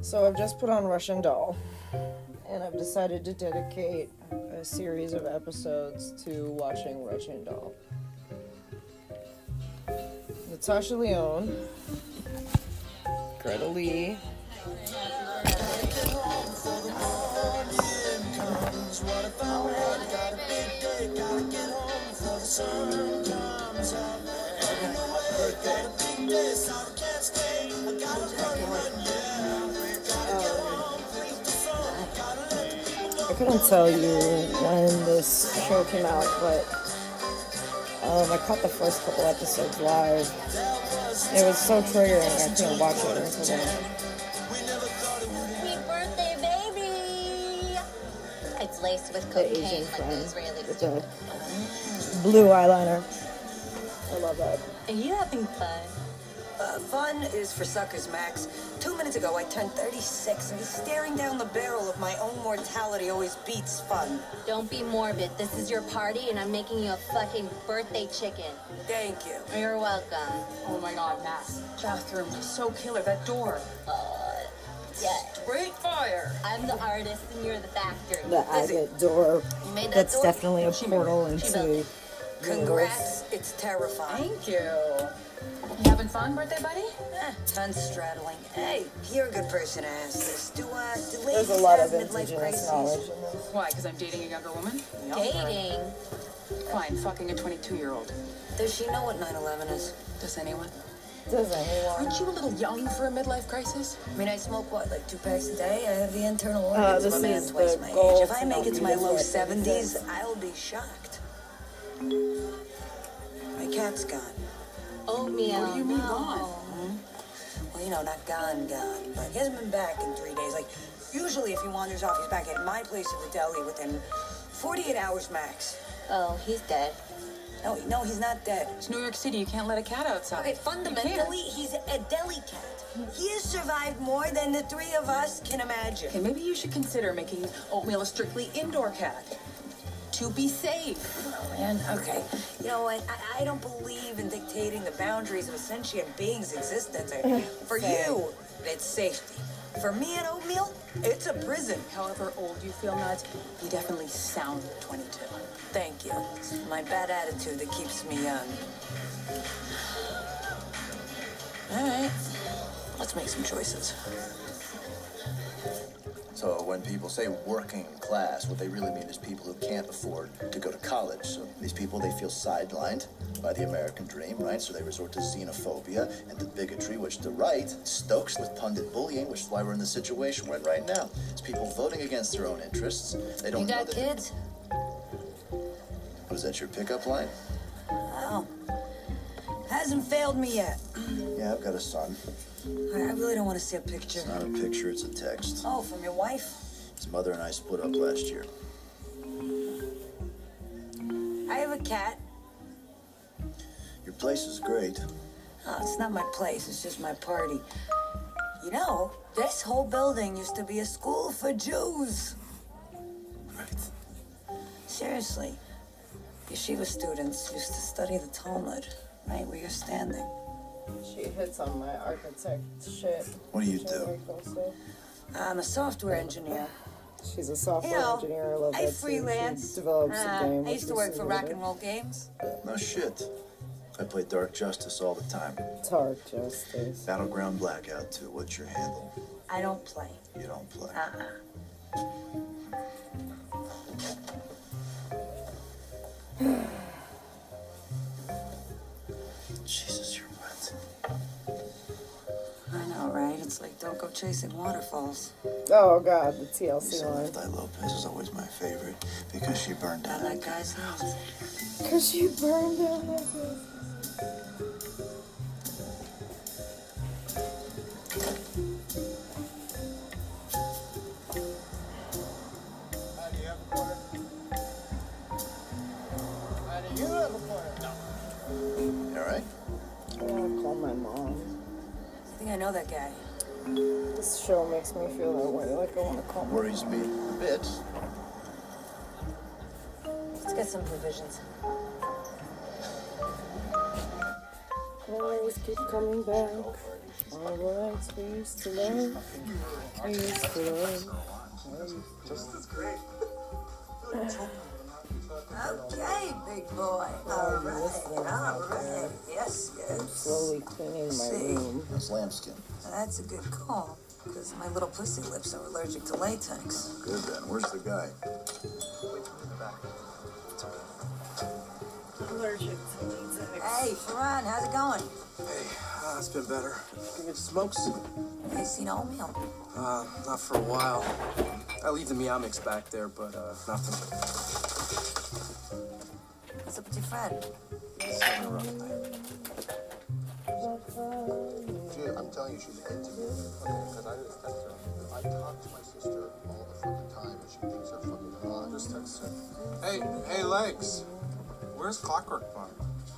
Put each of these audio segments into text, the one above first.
So I've just put on Russian Doll, and I've decided to dedicate a series of episodes to watching Russian Doll. Natasha Leone, Greta Lee. I couldn't tell you when this show came out, but um, I caught the first couple episodes live. It was so triggering, I couldn't watch it until then. Happy birthday, baby! It's laced with The cocaine Asian like friend the Israelis. with the blue eyeliner. I love that. Are you having fun? Uh, fun is for suckers, Max. Two minutes ago, I turned 36, and staring down the barrel of my own mortality always beats fun. Don't be morbid. This is your party, and I'm making you a fucking birthday chicken. Thank you. You're welcome. Oh my god, Max. Bathroom, so killer. That door. Yeah, Great fire. I'm the artist, and you're the factory. The agate door. You made that That's door? definitely a She made- portal she into. built Congrats. It's terrifying. Thank you. You having fun, birthday buddy? Eh, tongue straddling. Hey, you're a good person to ask this. Do, uh, do ladies There's a lot have of midlife indigenous crises? knowledge in this. Why? Because I'm dating a younger woman? Dating. Fine, fucking a 22 year old. Does she know what 9-11 is? Does anyone? Does anyone? Aren't you a little young for a midlife crisis? I mean, I smoke what, like two packs a day? I have the internal organs Uh, of this a man is twice the my goal age. If to I make it not to my be low this way, but it 70s, is. I'll be shocked. My cat's gone. Oatmeal. What do you mean no. gone? Well, you know, not gone, gone, but he hasn't been back in three days. Like, usually if he wanders off, he's back at my place at the deli within 48 hours max. Oh, he's dead. No, no, he's not dead. It's New York City. You can't let a cat outside. Okay, You fundamentally, can't. he's a deli cat. He has survived more than the three of us can imagine. Okay, maybe you should consider making oatmeal a strictly indoor cat. To be safe. Man, okay. You know what? I, I don't believe in dictating the boundaries of a sentient being's existence. I- Mm-hmm. For you, it's safety. For me and oatmeal, it's a prison. However old you feel, Nuts, you definitely sound 22. Thank you. It's my bad attitude that keeps me young. All right. Let's make some choices. So when people say working class, what they really mean is people who can't afford to go to college. So these people, they feel sidelined by the American dream, right? So they resort to xenophobia and to bigotry, which the right stokes with pundit bullying, which is why we're in the situation we're in right now. It's people voting against their own interests. They don't You know got that- kids? Was that your pickup line? Wow. Oh. Hasn't failed me yet. Yeah, I've got a son. I I really don't want to see a picture. It's not a picture, it's a text. Oh, from your wife? His mother and I split up last year. I have a cat. Your place is great. Oh, it's not my place, it's just my party. You know, this whole building used to be a school for Jews. Right. Seriously, yeshiva students used to study the Talmud, right where you're standing. She hits on my architect shit. What do you do? I'm a software engineer. She's a software You know, engineer. I love I that. too. She freelance. develops Uh, a game. I used to which work is for really Rock and Roll Games. No shit. I play Dark Justice all the time. Dark Justice. Battleground Blackout 2, what's your handle? I don't play. You don't play. Uh-uh. Jesus, you're wet. I know, right? It's like don't go chasing waterfalls. Oh god, the TLC line. Celeste Lopez is always my favorite because she burned I down like guys' house. Cause she burned down my house. You all right? I wanna call my mom. I think I know that guy. This show makes me feel that way. Like I wanna call my Worries me a bit. Let's get some provisions. always keep coming back. All the lights we used to love. We used to love. Okay, big boy. Oh, All right, all right. Yes, yes. Slowly cleaning my room. That's lambskin. That's a good call, because my little pussy lips are allergic to latex. Good then. Where's the guy? Hey, Sharon, how's it going? Hey, uh, it's been better. Give me smokes. You seen oatmeal? Uh, not for a while. I leave the meow mix back there, but uh, nothing. What's up with your friend? Just having a rough night. Dude, I'm telling you, she's into me. Because I just text her. I talk to my sister all the fucking time, and she thinks I'm fucking hot. Just text her. Hey, hey, legs. Where's Clockwork Bar?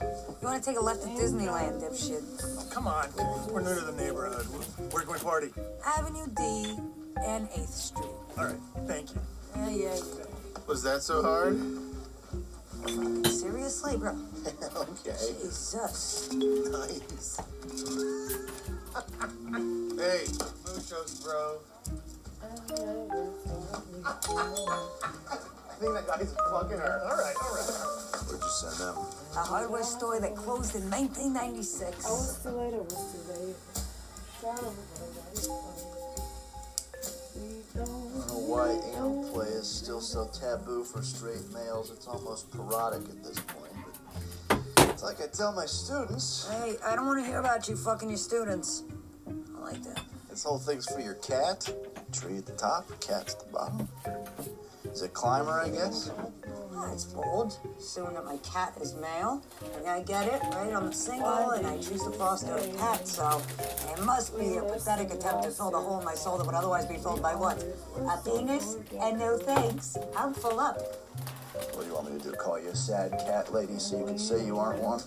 You want to take a left at Disneyland, dipshit? Oh, Come on, dude. We're new to the neighborhood. Where can we party? Avenue D and 8th Street. All right, thank you. Yeah, yeah, yeah. Was that so hard? Seriously, bro? okay. Jesus. Nice. hey, muchos, bro. I think that guy's fucking her. All right, all right. Where'd you send them? A hardware store that closed in 1996. Oh, it's too late. It was too late. I don't know why anal play is still so taboo for straight males. It's almost parodic at this point. But it's like I tell my students, Hey, I don't want to hear about you fucking your students. I like that. this whole thing's for your cat. Tree at the top, cat's at the bottom. Is it climber, I guess? That's bold. Assuming that my cat is male. And I get it, right? I'm single and I choose to foster a pet, so it must be a pathetic attempt to fill the hole in my soul that would otherwise be filled by what? A penis? And no thanks. I'm full up. What do you want me to do? Call you a sad cat lady so you can say you aren't one?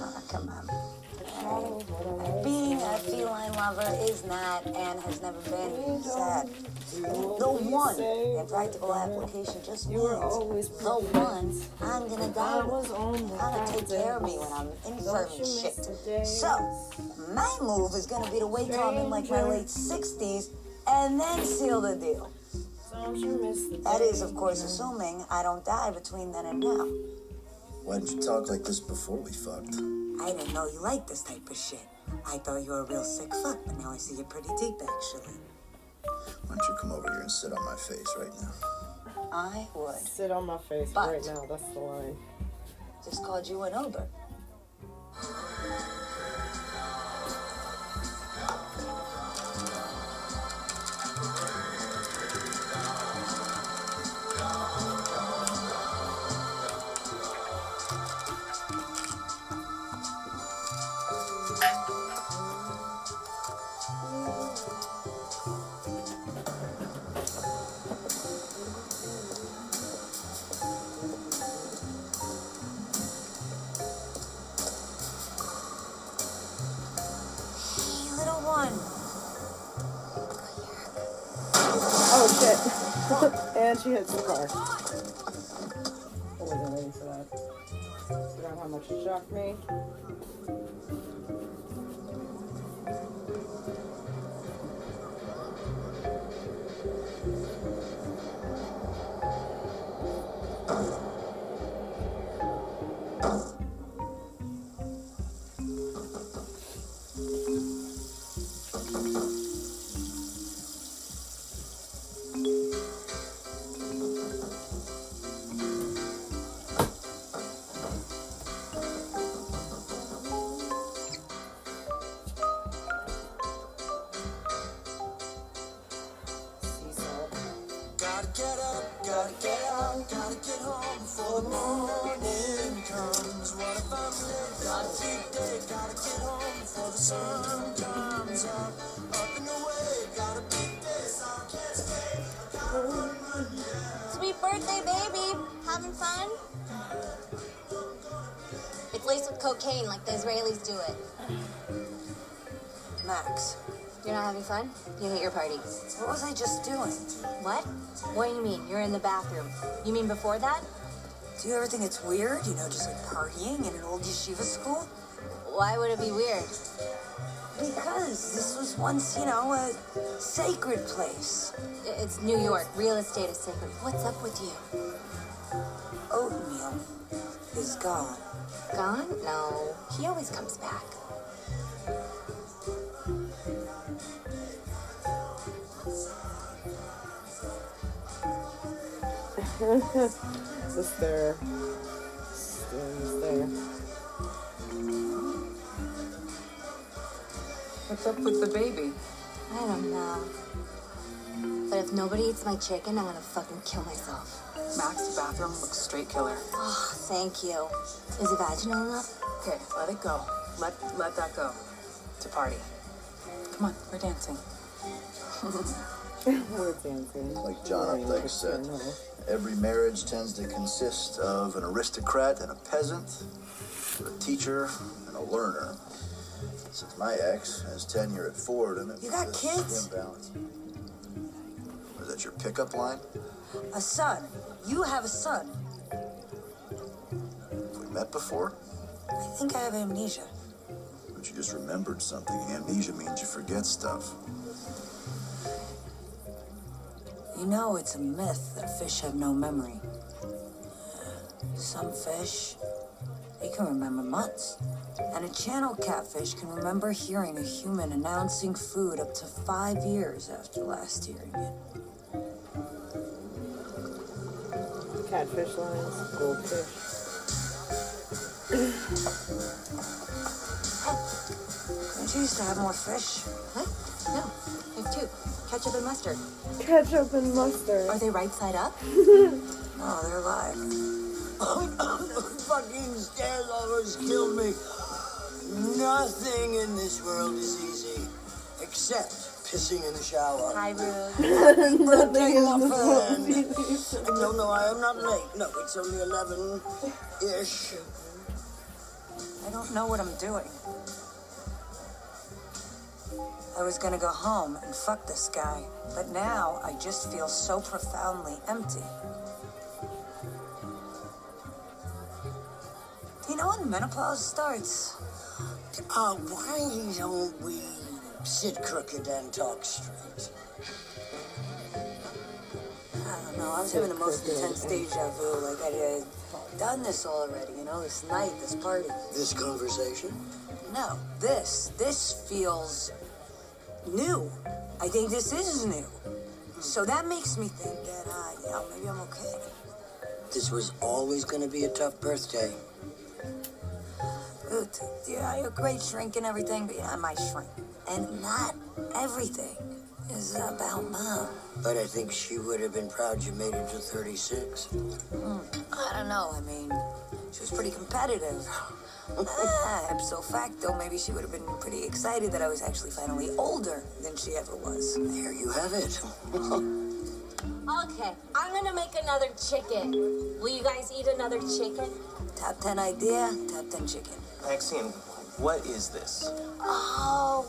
Ah, come on. Hey, Being a feline lover is not and has never been sad. The one in practical application just means always the one I'm gonna I die with. was on the how to take care of me when I'm infirm and shit. So, my move is gonna be to wake up in like my late 60s and then seal the deal. Don't you miss the That is, of course, assuming I don't die between then and now. Why didn't you talk like this before we fucked? I didn't know you liked this type of shit. I thought you were a real sick fuck, but now I see you're pretty deep, actually. Why don't you come over here and sit on my face right now? I would. Sit on my face But- right now. That's the line. Just called you an Uber. Hey, little one. Oh shit. and she hits the car. I wasn't ready for that. Forgot how much it shocked me. Seesaw. Gotta get up, gotta get out, gotta get home before the morning comes. What if I'm late? Got a big day, gotta get home before the sun comes up. Up and away, got a big day, so I can't stay. Sweet birthday, baby. Having fun? It's laced with cocaine like the Israelis do it. Max, You're not having fun? You hate your party. what was I just doing? What? What do you mean? You're in the bathroom. You mean before that? Do you ever think it's weird? You know, just like partying in an old yeshiva school? Why would it be weird? Because this was once, you know, a sacred place. I- It's New York. Real estate is sacred. What's up with you? Oatmeal is gone. Gone? No. He always comes back. Just there. Just there. What's up with the baby? I don't know. But if nobody eats my chicken, I'm gonna fucking kill myself. Max's bathroom looks straight killer. Oh, thank you. Is it vaginal enough? Okay, let it go. Let let that go. To party. Come on, we're dancing. We're dancing. Like Oh, John Updike said, every marriage tends to consist of an aristocrat and a peasant, a teacher and a learner. Since my ex has tenure at Ford and it's You got this kids? imbalance. Is that your pickup line? A son. You have a son. Have we met before? I think I have amnesia. But you just remembered something. Amnesia means you forget stuff. You know, it's a myth that fish have no memory. Some fish, they can remember months. And a channel catfish can remember hearing a human announcing food up to five years after last hearing it. Catfish lines, goldfish. Don't you used to have more fish? Huh? No. I have two. Ketchup and mustard. Ketchup and mustard. Are they right side up? No, Oh, they're alive. fucking stairs almost killed me. Nothing in this world is easy, except pissing in the shower. Hi, Rude. We'll take off then. No, no, I am not late. No, it's only 11 ish. I don't know what I'm doing. I was gonna go home and fuck this guy, but now I just feel so profoundly empty. Do you know when menopause starts? Uh, why don't we sit crooked and talk straight? I don't know. I was having the most intense deja vu. Like I had done this already, you know, this night, this party. This conversation? No, this, this feels new. I think this is new. So that makes me think that, uh, you know, maybe I'm okay. This was always going to be a tough birthday. Ooh, t- yeah, you're a great shrink and everything, but yeah, I'm my shrink. And not everything is about mom. But I think she would have been proud you made it to 36. I don't know. I mean, she was pretty competitive. ah, ipso facto, maybe she would have been pretty excited that I was actually finally older than she ever was. There you have it. Okay, I'm gonna make another chicken. Will you guys eat another chicken? Top 10 idea, top 10 chicken. Maxine, what is this? Oh,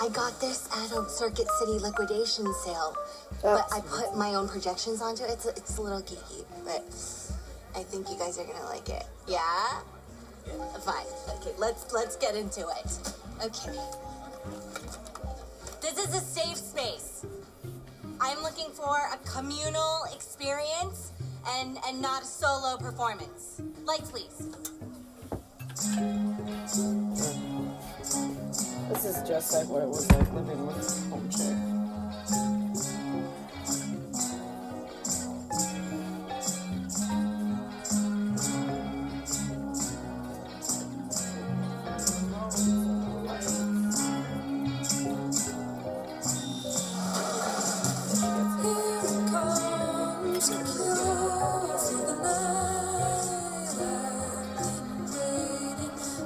I got this at a Circuit City liquidation sale, but I put my own projections onto it. It's, it's a little geeky, but I think you guys are gonna like it. Yeah? Fine. Okay, let's let's get into it. Okay. This is a safe space. I'm looking for a communal experience and and not a solo performance. Lights, please. This is just like what it was like living with home chick.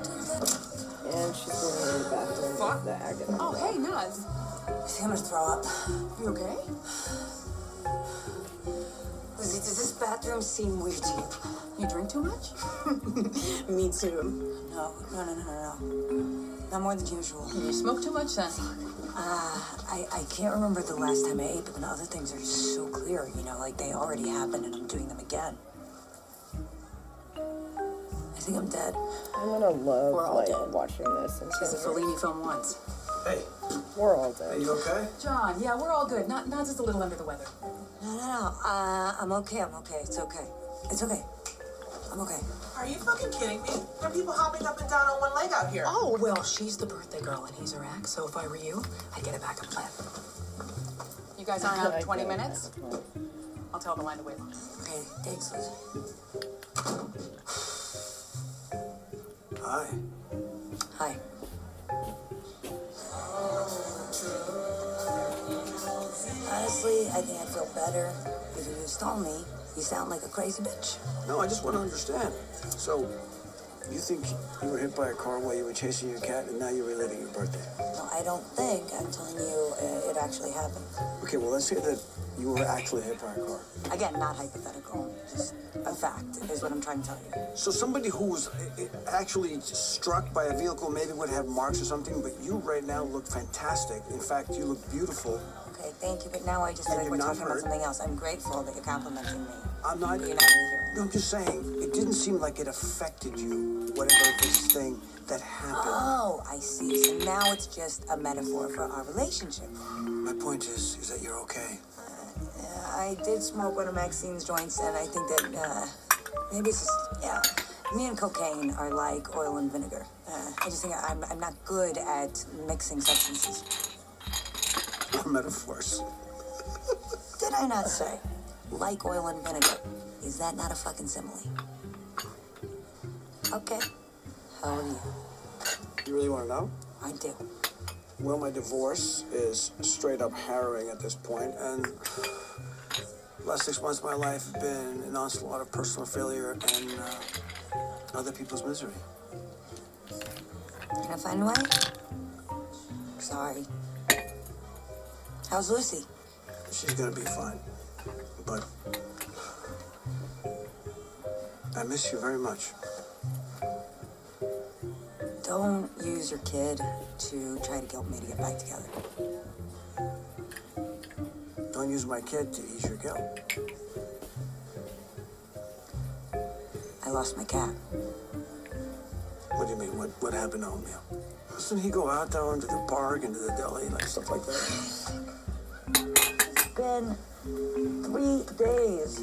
And she's going in the bathroom. Fuck. The agony. Oh, hey, Naz. I think I'm gonna throw up. You okay? Lizzie, does this bathroom seem weird to you? You drink too much? Me too. No, no, no, no, no, no. Not more than usual. Uh, You smoke too much then. I, I can't remember the last time I ate, but then other things are just so clear, you know, like they already happened and I'm doing them again. I think I'm dead. I'm gonna love We're all like dead. watching this. And It's a Fellini film once. Hey, we're all dead. are you okay? John, yeah, we're all good. Not, not just a little under the weather. No, no, no. Uh, I'm okay. I'm okay. It's okay. It's okay. I'm okay. Are you fucking kidding me? There are people hopping up and down on one leg out here. Oh, well, she's the birthday girl and he's her ex, so if I were you, I'd get a backup plan. You guys aren't out in 20 minutes? I'll tell the line to wait. Okay. Thanks, Lizzie. Hi. Hi. Honestly, I think I feel better because when you stole me, you sound like a crazy bitch. No, I just want to understand. So, you think you were hit by a car while you were chasing your cat, and now you're relating your birthday? No, I don't think. I'm telling you, uh, it actually happened. Okay, well, let's say that you were actually hit by a car. Again, not hypothetical, just a fact is what I'm trying to tell you. So somebody who was uh, uh, actually struck by a vehicle maybe would have marks or something, but you right now look fantastic. In fact, you look beautiful. Okay, thank you, but now I just feel You like did we're not talking about hurt. something else. I'm grateful that you're complimenting me. I'm You not. know, you're- No, I'm just saying, it didn't seem like it affected you, whatever this thing that happened. Oh, I see. So now it's just a metaphor for our relationship. My point is, is that you're okay. Uh, I did smoke one of Maxine's joints, and I think that uh, maybe it's just yeah. Me and cocaine are like oil and vinegar. Uh, I just think I'm, I'm not good at mixing substances. Not metaphors. Did I not say? Like oil and vinegar. Is that not a fucking simile? Okay. How are you? You really want to know? I do. Well, my divorce is straight up harrowing at this point, and last six months of my life have been an onslaught of personal failure and uh, other people's misery. Can I find a way? Sorry. How's Lucy? She's gonna be fine, but I miss you very much. Don't use your kid to try to guilt me to get back together. Don't use my kid to ease your guilt. I lost my cat. What do you mean? What what happened to Omeo? Doesn't he go out there into the park, into the deli, like stuff like that? It's been three days.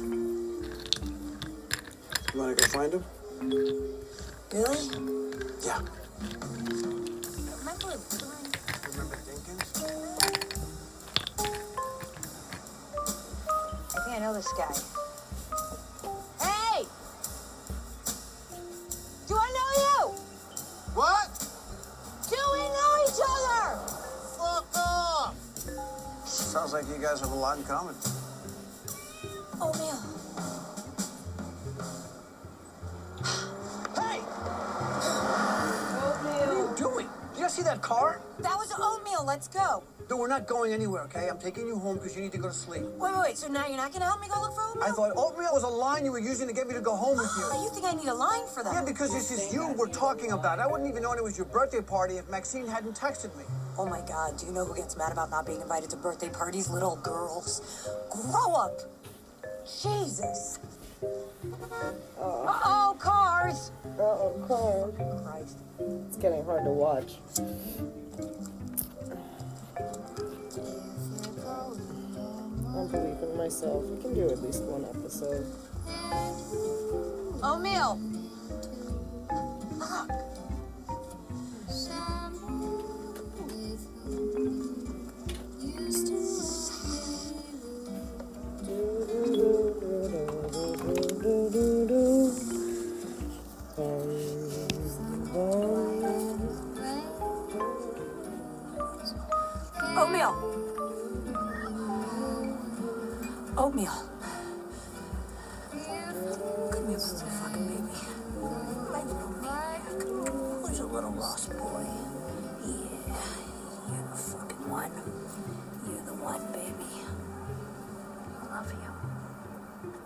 You wanna go find him? Really? Yeah. Remember, Remember Dinkins? I think I know this guy. Hey! Do I know you? What? Do we know each other? Fuck off! Sounds like you guys have a lot in common. Oh, man. Hey! What are you doing? Did you see that car? That was oatmeal. Let's go. No, we're not going anywhere, okay? I'm taking you home because you need to go to sleep. Wait, wait, wait. So now you're not going to help me go look for oatmeal? I thought oatmeal was a line you were using to get me to go home with you. Oh, you think I need a line for that? Yeah, because this is you we're talking about. I wouldn't even know it was your birthday party if Maxine hadn't texted me. Oh, my God. Do you know who gets mad about not being invited to birthday parties? Little girls. Grow up. Jesus. Uh-oh, cars. Oh, Clark. Christ. It's getting hard to watch. I believe in myself. We can do at least one episode. Oatmeal. Oatmeal. Oatmeal. Give me a little fucking baby. My little maniac. Who's a little lost boy? Yeah. You're the fucking one. You're the one, baby. I love you.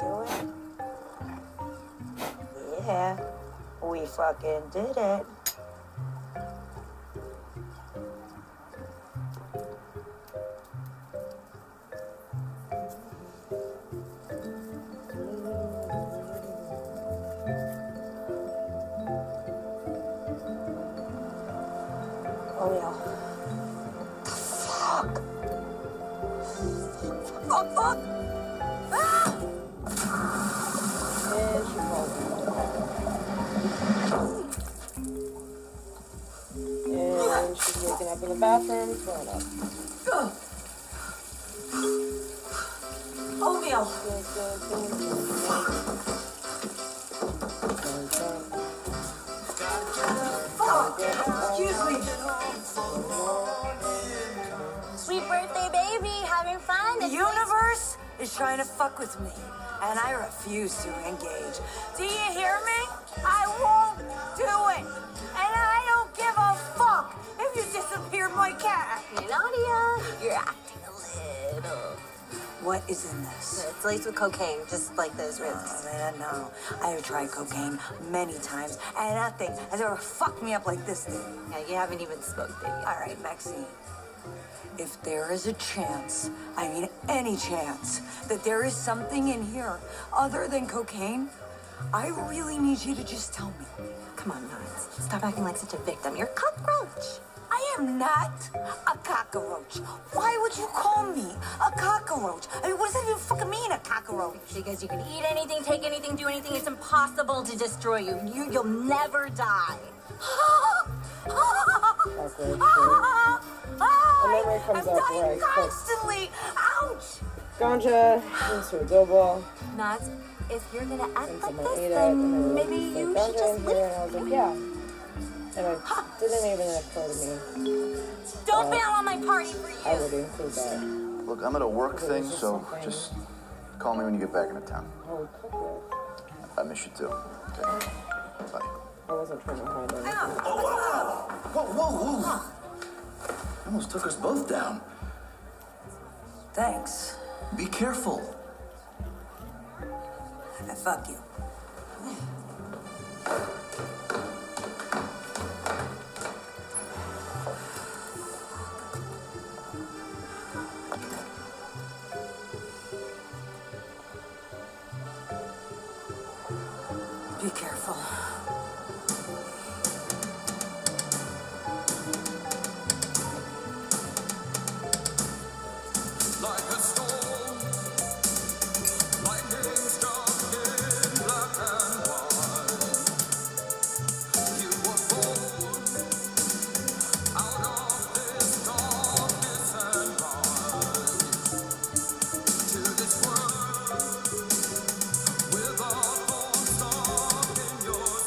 do it. Yeah, we fucking did it. Oh yeah. Fuck, fuck! And she's waking up in the bathroom, throwing up. Ugh. Oatmeal. Fuck! Excuse me. Sweet birthday, baby. Having fun? The universe is trying to fuck with me, and I refuse to engage. Do you hear me? I won't do it, and I don't give a fuck if you disappeared my cat. Nadia, you're acting a little. What is in this? It's laced with cocaine, just like those risks. Oh, man, no. I have tried cocaine many times, and that thing has ever fucked me up like this thing. Yeah, you haven't even smoked it yet. All right, Maxine. If there is a chance, I mean any chance, that there is something in here other than cocaine, I really need you to just tell me. Come on, Nines. Stop acting like such a victim. You're a cockroach. I am not a cockroach. Why would you call me a cockroach? I mean, what does that even fucking mean, a cockroach? Because you can eat anything, take anything, do anything. It's impossible to destroy you. you you'll never die. I, memory comes I'm up where I dying click. constantly. Ouch! Ganja into a dough ball. Not if you're gonna act like Someone this, ate it, and then they were maybe like, you should Ganja just in here, leave. and I was like, yeah. And it didn't even occur to me. Don't bail on my party for I you. would include that Look, I'm at a work Okay, thing, is this so something- just call me when you get back into town. whole cookbook. I miss you too. Okay. Bye. I wasn't trying to hide anything. Whoa, whoa, whoa! You almost took us both down. Thanks. Be careful. I fuck you. Be careful.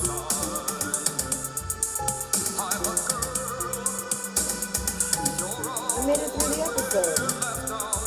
I made it through the episode.